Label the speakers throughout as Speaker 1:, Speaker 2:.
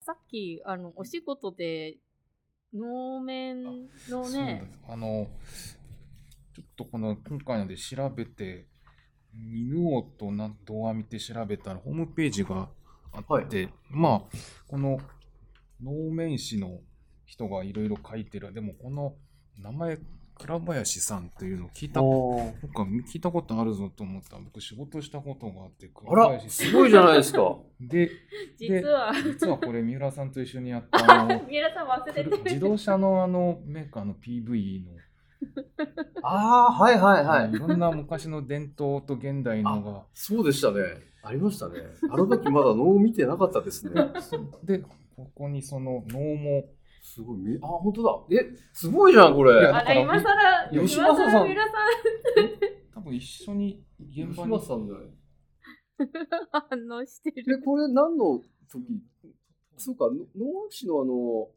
Speaker 1: さっき、あの、お仕事で、能面の
Speaker 2: そうなん
Speaker 1: ね
Speaker 2: で、すあの、ちょっとこの今回ので調べて、犬王とな動画見て調べたら、ホームページがあって、まあ、この能面師の人がいろいろ書いてる、でもこの名前、倉林さんっていうのを聞いた、僕
Speaker 3: おー
Speaker 2: は聞いたことあるぞと思った。僕仕事したことがあって、
Speaker 3: あ
Speaker 2: 倉
Speaker 3: ら、
Speaker 2: 林さ
Speaker 3: す
Speaker 2: ん。
Speaker 3: ごいじゃないですか。
Speaker 2: で、で
Speaker 1: 実は、
Speaker 2: 実はこれ三浦さんと一緒にやった あの
Speaker 1: 三浦さん忘れて
Speaker 2: 自
Speaker 1: る。
Speaker 2: 動車のあのメーカーの PV の
Speaker 3: ああ、はいはいはい
Speaker 2: い、。ろんな昔の伝統と現代のが
Speaker 3: そうでしたね。ありましたね。あの時まだ能を見てなかった ですね。
Speaker 2: でここにその能も
Speaker 3: すごいみ。あ、本当だ。え、すごいじゃん、こ
Speaker 2: い
Speaker 3: れ。
Speaker 2: や
Speaker 1: あれ、今更、今
Speaker 3: 吉正
Speaker 1: 更
Speaker 3: さん
Speaker 1: 三浦
Speaker 2: 多分一緒に現場
Speaker 3: 吉
Speaker 2: に
Speaker 3: 松さんじゃない。
Speaker 1: さん反応してる。
Speaker 3: え、これ何の時そうか、の能師のあの、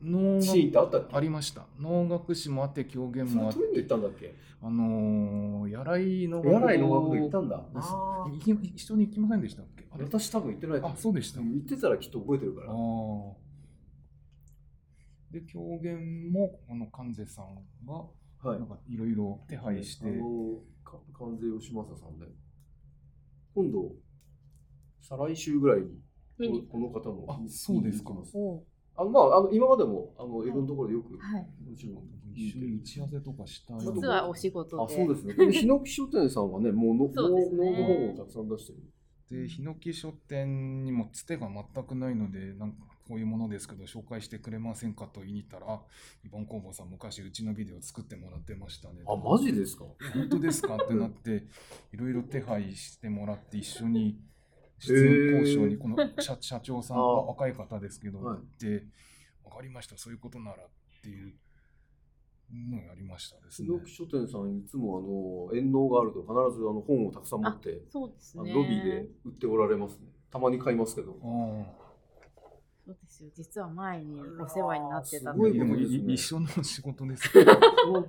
Speaker 2: 能
Speaker 3: シーンって
Speaker 2: 楽
Speaker 3: あったっけ
Speaker 2: ありました能楽師もあって狂言
Speaker 3: そ
Speaker 2: もあ
Speaker 3: れ
Speaker 2: って
Speaker 3: 取りに行ったんだっけ
Speaker 2: あのー、やらいの
Speaker 3: やらい能楽堂行ったんだ。あ
Speaker 2: 行き一緒に行きませんでしたっけあ
Speaker 3: ー
Speaker 2: れ
Speaker 3: 私多分行ってないと
Speaker 2: あ
Speaker 3: 思う
Speaker 2: そうでした、
Speaker 3: うん行ってたらきっと覚えてるから。
Speaker 2: ああ。で、狂言も、この関西さんが、
Speaker 3: はい
Speaker 2: なん。かいろいろ手配して、
Speaker 3: あのか関税吉正さんで、今度、再来週ぐらいに、
Speaker 1: 見に
Speaker 3: このこの方
Speaker 2: あ
Speaker 3: も、
Speaker 2: そうですか
Speaker 3: 見に行きます
Speaker 1: おう
Speaker 3: あのまあ、あの今までもあの
Speaker 1: い
Speaker 3: いろんなところでよく、
Speaker 1: はい。
Speaker 3: もちろん
Speaker 2: 一緒に打ち合わせとかしたい
Speaker 1: 実はお仕事
Speaker 3: あ
Speaker 1: で。
Speaker 3: そうですね。このヒノキ書店さんはね、もうの
Speaker 1: そうですね
Speaker 3: 能の本をたくさん出してる。
Speaker 2: で、ヒノキ書店にもつてが全くないので、なんかこういうものですけど、紹介してくれませんかと言いに行ったら、あイボン工房さん、昔うちのビデオ作ってもらってましたね。
Speaker 3: あ、マジですか
Speaker 2: 本当ですかってなって、いろいろ手配してもらって、一緒に出演交渉
Speaker 3: へ
Speaker 2: に、
Speaker 3: ー
Speaker 2: この社社長さん
Speaker 3: あ
Speaker 2: が
Speaker 3: ー
Speaker 2: 若い方ですけど、
Speaker 3: はい
Speaker 2: で、わかりました、そういうことならっていうのをやりましたです
Speaker 3: ヒ
Speaker 2: ね。
Speaker 3: ノキ書店さん、いつもあの遠納があると必ずあの本をたくさん持って、
Speaker 1: そうです
Speaker 3: あの
Speaker 1: ね。
Speaker 3: ロビーで売っておられますね。たまに買いますけど。
Speaker 2: あ
Speaker 1: そうですよ。実は前にお世話になってた
Speaker 3: す
Speaker 2: あ、
Speaker 1: の
Speaker 3: ごい
Speaker 1: で。
Speaker 2: でも
Speaker 3: ことですね
Speaker 2: い一緒の仕事ですけどあ
Speaker 3: この、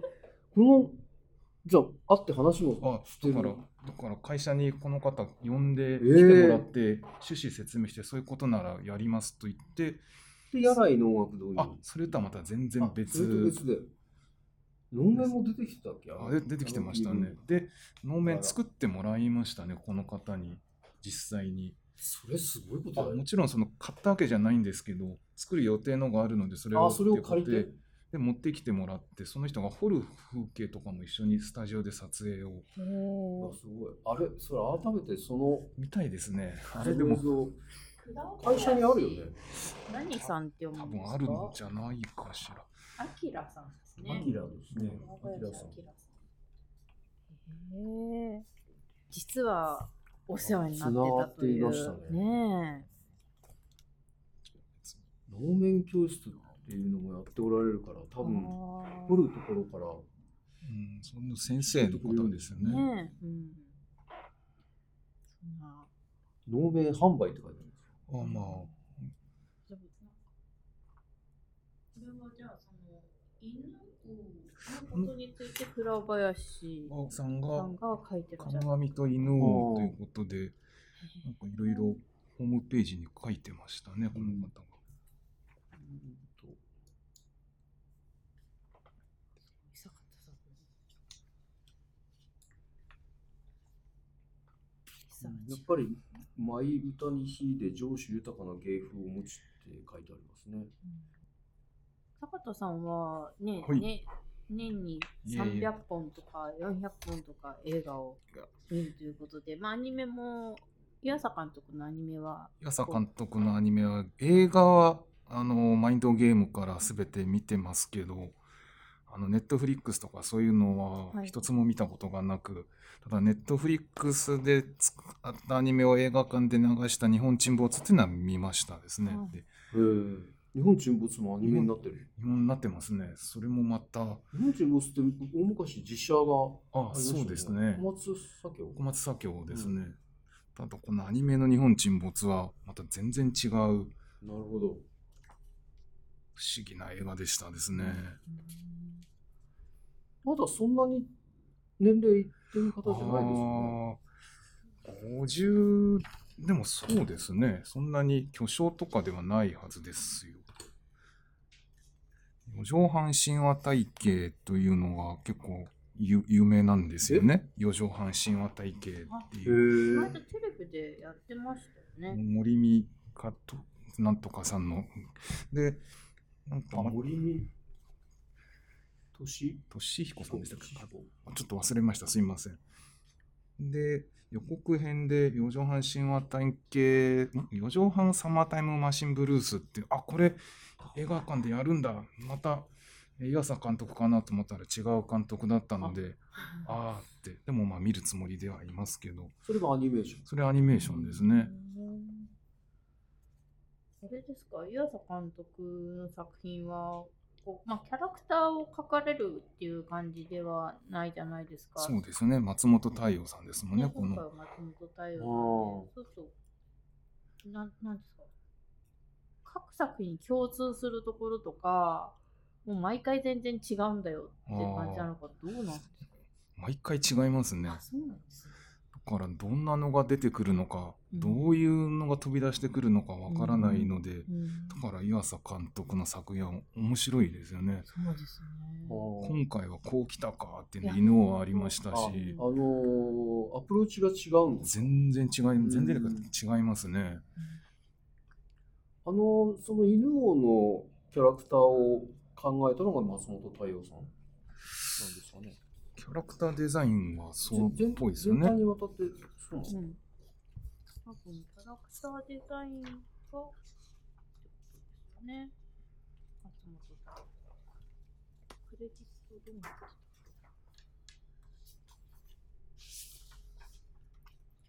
Speaker 3: このじゃあ、会って話もして
Speaker 2: だ
Speaker 3: る
Speaker 2: から、だから会社にこの方呼んで来てもらって、趣旨説明して、そういうことならやりますと言って、
Speaker 3: で、やらい能楽堂に。
Speaker 2: あ、それとはまた全然別
Speaker 3: あそれと別で。論文も出てきてたっけ
Speaker 2: あで出てきてましたね。。で、能面作ってもらいましたね、この方に、実際に。
Speaker 3: それすごいこと
Speaker 2: あ
Speaker 3: だよ
Speaker 2: も。ちろん、その買ったわけじゃないんですけど、作る予定のがあるので、それを
Speaker 3: あ、それを借
Speaker 2: って
Speaker 3: り
Speaker 2: こ
Speaker 3: て
Speaker 2: と。で、持ってきてもらって、その人が彫る風景とかも一緒にスタジオで撮影を
Speaker 1: お
Speaker 3: あ
Speaker 1: ー
Speaker 3: すごい。あれ、それ改めてその
Speaker 2: 見たいですね。あ
Speaker 3: そ
Speaker 2: れ
Speaker 3: の
Speaker 2: でも
Speaker 3: 映、像会社にあるよね。
Speaker 1: 何さんって読む
Speaker 2: 多
Speaker 1: んで
Speaker 2: 分
Speaker 1: す
Speaker 2: あるん
Speaker 1: か
Speaker 2: じゃないかしら。
Speaker 1: あきらさんですね。
Speaker 3: キラですね
Speaker 2: ね。
Speaker 3: アキラさん。
Speaker 1: へえ実はお世話になってたとい
Speaker 3: つながって
Speaker 1: う
Speaker 3: いま
Speaker 1: ね
Speaker 3: 能面教室っていうのもやっておられるから、
Speaker 1: え
Speaker 3: 多分
Speaker 1: あー
Speaker 3: 掘るところから。
Speaker 2: うん、その先生の方ですよね。
Speaker 1: ねえうんそんな
Speaker 3: 能面販売って書いてある。
Speaker 2: あまあ、
Speaker 1: それはじゃあその犬のことについて倉林
Speaker 2: 青木さん
Speaker 1: さ
Speaker 2: が
Speaker 1: んが書いてらっしゃる。
Speaker 2: 神と犬王ということで、なんかいろいろホームページに書いてましたね、この方が。
Speaker 3: うんと
Speaker 1: 久方さん久
Speaker 3: やっ
Speaker 1: 方
Speaker 3: ぱり「舞歌に秀で上手豊かな芸風を持ち」って書いてありますね。
Speaker 1: 坂田さんはね、
Speaker 2: はい
Speaker 1: ね年に
Speaker 2: いえいえ
Speaker 1: 300本とか400本とか映画を見るということで、まあ、アニメも湯浅監督のアニメは
Speaker 2: 矢佐監督のアニメは映画はあのマインドゲームから全て見てますけどあのネットフリックスとかそういうの
Speaker 1: は
Speaker 2: はい一つも見たことがなく、ただネットフリックスで作ったアニメを映画館で流した「日本沈没」っていうのは見ましたですね、
Speaker 1: はい
Speaker 2: で
Speaker 3: へえ日本沈没もアニメになってる。
Speaker 2: 日本になってますねそれもまた
Speaker 3: 日本沈没って大昔実写が
Speaker 2: あ
Speaker 3: ありました
Speaker 2: そ
Speaker 3: よ
Speaker 2: うですね
Speaker 3: 小松左京。
Speaker 2: 小松左京ですね、ただこのアニメの「日本沈没」はまた全然違う不思
Speaker 3: なるほど。
Speaker 2: 議な映画でしたですね、
Speaker 3: まだそんなに年齢いってる方じゃないですよね。
Speaker 2: あー50でもそうですね。そんなに巨匠とかではないはずですよ。四畳半神話体系というのが結構有有名なんですよね。四畳半神話体系って
Speaker 3: へ
Speaker 2: いう。
Speaker 1: 前と
Speaker 3: ー
Speaker 1: テレビでやってましたよね。
Speaker 2: 森美香となんとかさんの。で、なんか
Speaker 3: あ、森に年
Speaker 2: 俊彦さんでしたっけあちょっと忘れました、すいません。で、予告編で四畳半神話体系、ん四畳半サマータイムマシンブルースって、あ、これ映画館でやるんだ、また映画監督かなと思ったら違う監督だったので、ああーって、でもまあ見るつもりではいますけど、
Speaker 3: それがアニメーション。
Speaker 2: それアニメーションですね。
Speaker 1: うん。あれですか、湯浅監督の作品は、こうまあ、キャラクターを描かれるっていう感じではないじゃないですか。
Speaker 2: そうですね、松本太陽さんですもんね、こ
Speaker 1: 今回
Speaker 2: の。
Speaker 1: は松本太陽な
Speaker 3: あ
Speaker 1: んで、そうそう。なんなんですか。各作品共通するところとか、もう毎回全然違うんだよっていう感じなのか、どうなんですか
Speaker 2: 毎回違いますね。
Speaker 1: あ、そうなんですね。
Speaker 2: だからどんなのが出てくるのか、
Speaker 1: うん
Speaker 2: どういうのが飛び出してくるのかわからないので、
Speaker 1: うん、
Speaker 2: だから湯浅監督の作品は面白いですよね。
Speaker 1: そうです
Speaker 3: あ
Speaker 1: ね。
Speaker 3: ー
Speaker 2: 今回はこう来たかっていうの
Speaker 1: いや
Speaker 2: 犬はありました
Speaker 3: あ
Speaker 2: し
Speaker 3: あ、のーアプローチが違うんです。
Speaker 2: 全然違い、
Speaker 3: ん
Speaker 2: 全然違いますね。
Speaker 3: あのーその犬王のキャラクターを考えたのが松本太陽さんなんですかね。
Speaker 2: キャラクターデザインはそうっ
Speaker 3: 全
Speaker 2: ぽいですよ
Speaker 3: 全体
Speaker 2: ね。
Speaker 3: にわたって、そうなんです
Speaker 1: う
Speaker 3: か
Speaker 1: ん。多分キャラクターデザインが、ね。松本さん。クレジットどうなってた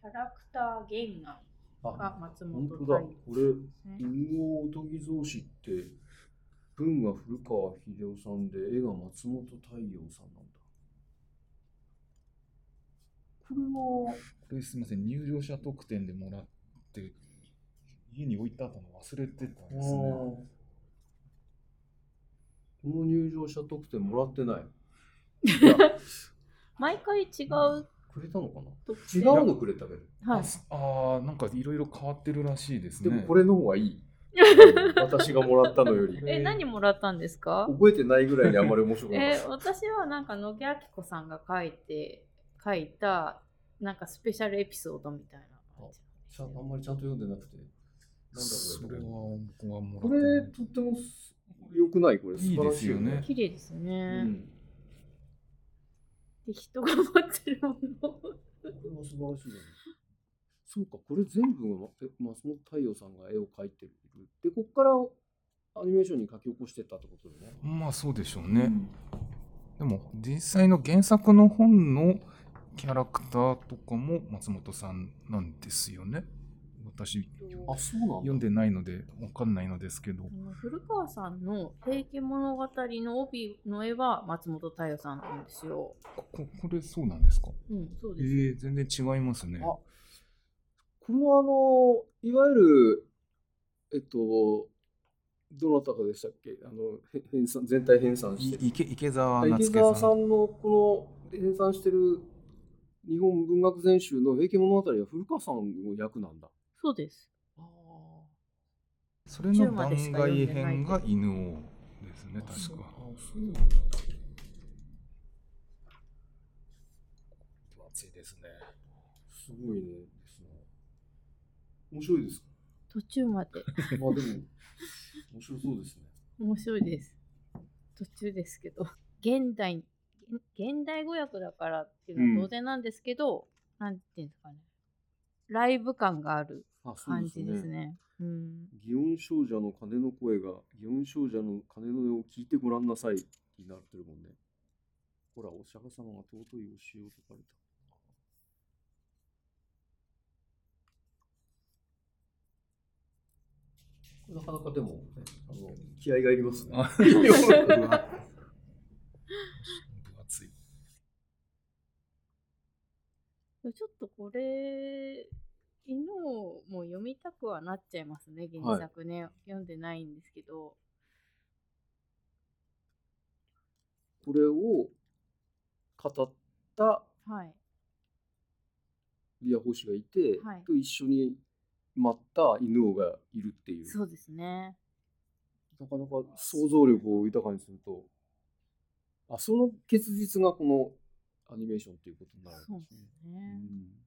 Speaker 1: キャラクター原画
Speaker 3: あ
Speaker 1: が松本
Speaker 3: 本当だ。
Speaker 1: 太陽
Speaker 3: こ
Speaker 1: で
Speaker 3: れ、
Speaker 1: すね。
Speaker 3: 犬王おとぎ造詞って、文が古川秀夫さんで、絵が松本太陽さんなんだ。これ
Speaker 2: こ
Speaker 3: は、
Speaker 2: れすみません、入場者特典でもらって、家に置いてあったの忘れてたんですね。
Speaker 3: この入場者特典もらってない。
Speaker 1: 毎回違う
Speaker 3: くれたのかな
Speaker 1: と
Speaker 3: 違うのくれたけど。
Speaker 1: はい。
Speaker 2: ああ、なんかいろいろ変わってるらしいです
Speaker 3: で
Speaker 2: ね。
Speaker 3: もこれの方がい い。私がもらったのより。
Speaker 1: え、何もらったんですか
Speaker 3: 覚えてないぐらいにあんまり面白くなかっ
Speaker 1: え
Speaker 3: た。
Speaker 1: ー私はなんか野木明子さんが書いて書いたなんかスペシャルエピソードみたいな感じ
Speaker 3: ちゃんあんまりちゃんと読んでなくて。なんだ
Speaker 2: そ
Speaker 3: こ
Speaker 2: れ
Speaker 3: れ
Speaker 2: は。僕はも
Speaker 3: こ
Speaker 2: らって
Speaker 3: れ
Speaker 2: ない
Speaker 3: とってもす良くないこれ
Speaker 2: いいですよね
Speaker 1: 綺麗ですね、
Speaker 3: うん、
Speaker 1: で人が持ってるもの
Speaker 3: これは素晴らしいよねそうかこれ全部がえ松本太陽さんが絵を描いてるでこっからアニメーションに描き起こしてったってことだよね
Speaker 2: まあそうでしょうね、でも実際の原作の本のキャラクターとかも松本さんなんですよね私
Speaker 3: あそうなんだ
Speaker 2: 読んでないので分かんないのですけど
Speaker 1: あの古川さんの「平家物語」の帯の絵は松本太陽さんなんですよ。
Speaker 2: こここれそうなんですか
Speaker 1: うん、そう
Speaker 2: え
Speaker 1: です。
Speaker 2: ー、全然違いますね
Speaker 3: あこのあのいわゆるえっとどなたかでしたっけあのへ編纂全体編纂してる
Speaker 2: い池池澤夏
Speaker 3: 池
Speaker 2: 樹さん
Speaker 3: 澤さんのこの編纂してる日本文学全集の「平家物語」は古川さんの役なんだ。
Speaker 1: そうです。
Speaker 3: あ
Speaker 2: それの番外編が犬王ですね確か
Speaker 3: そうなんだ。
Speaker 2: 熱いですね
Speaker 3: すごいね。面白いですか。
Speaker 1: 途中まで
Speaker 3: まあでも面白そうですね。
Speaker 1: 面白いです。途中ですけど。現代現代語訳だからっていうのは当然なんですけど、なんていうんですかね。ライブ感がある
Speaker 3: あそ
Speaker 1: 感じです。ね。うん。
Speaker 3: 祇園少女の鐘の声が祇園少女の鐘の音を聞いてごらんなさいになってるもんね。ほら、お釈迦様が尊い教えを説かれた。これなかなかでも、ね、あの気合がいりますね。
Speaker 2: あ
Speaker 3: う
Speaker 2: 分
Speaker 3: わ
Speaker 2: 厚い
Speaker 1: ちょっとこれ、犬をもう読みたくはなっちゃいますね、原作ね。読んでないんですけど。
Speaker 3: これを語った
Speaker 1: はい。
Speaker 3: リア星がいて、
Speaker 1: はい
Speaker 3: と一緒にまった犬王がいるっていう
Speaker 1: そうですね。
Speaker 3: なかなか想像力を豊かにするとあその結実がこのアニメーションということになる
Speaker 1: そうですね。
Speaker 3: うん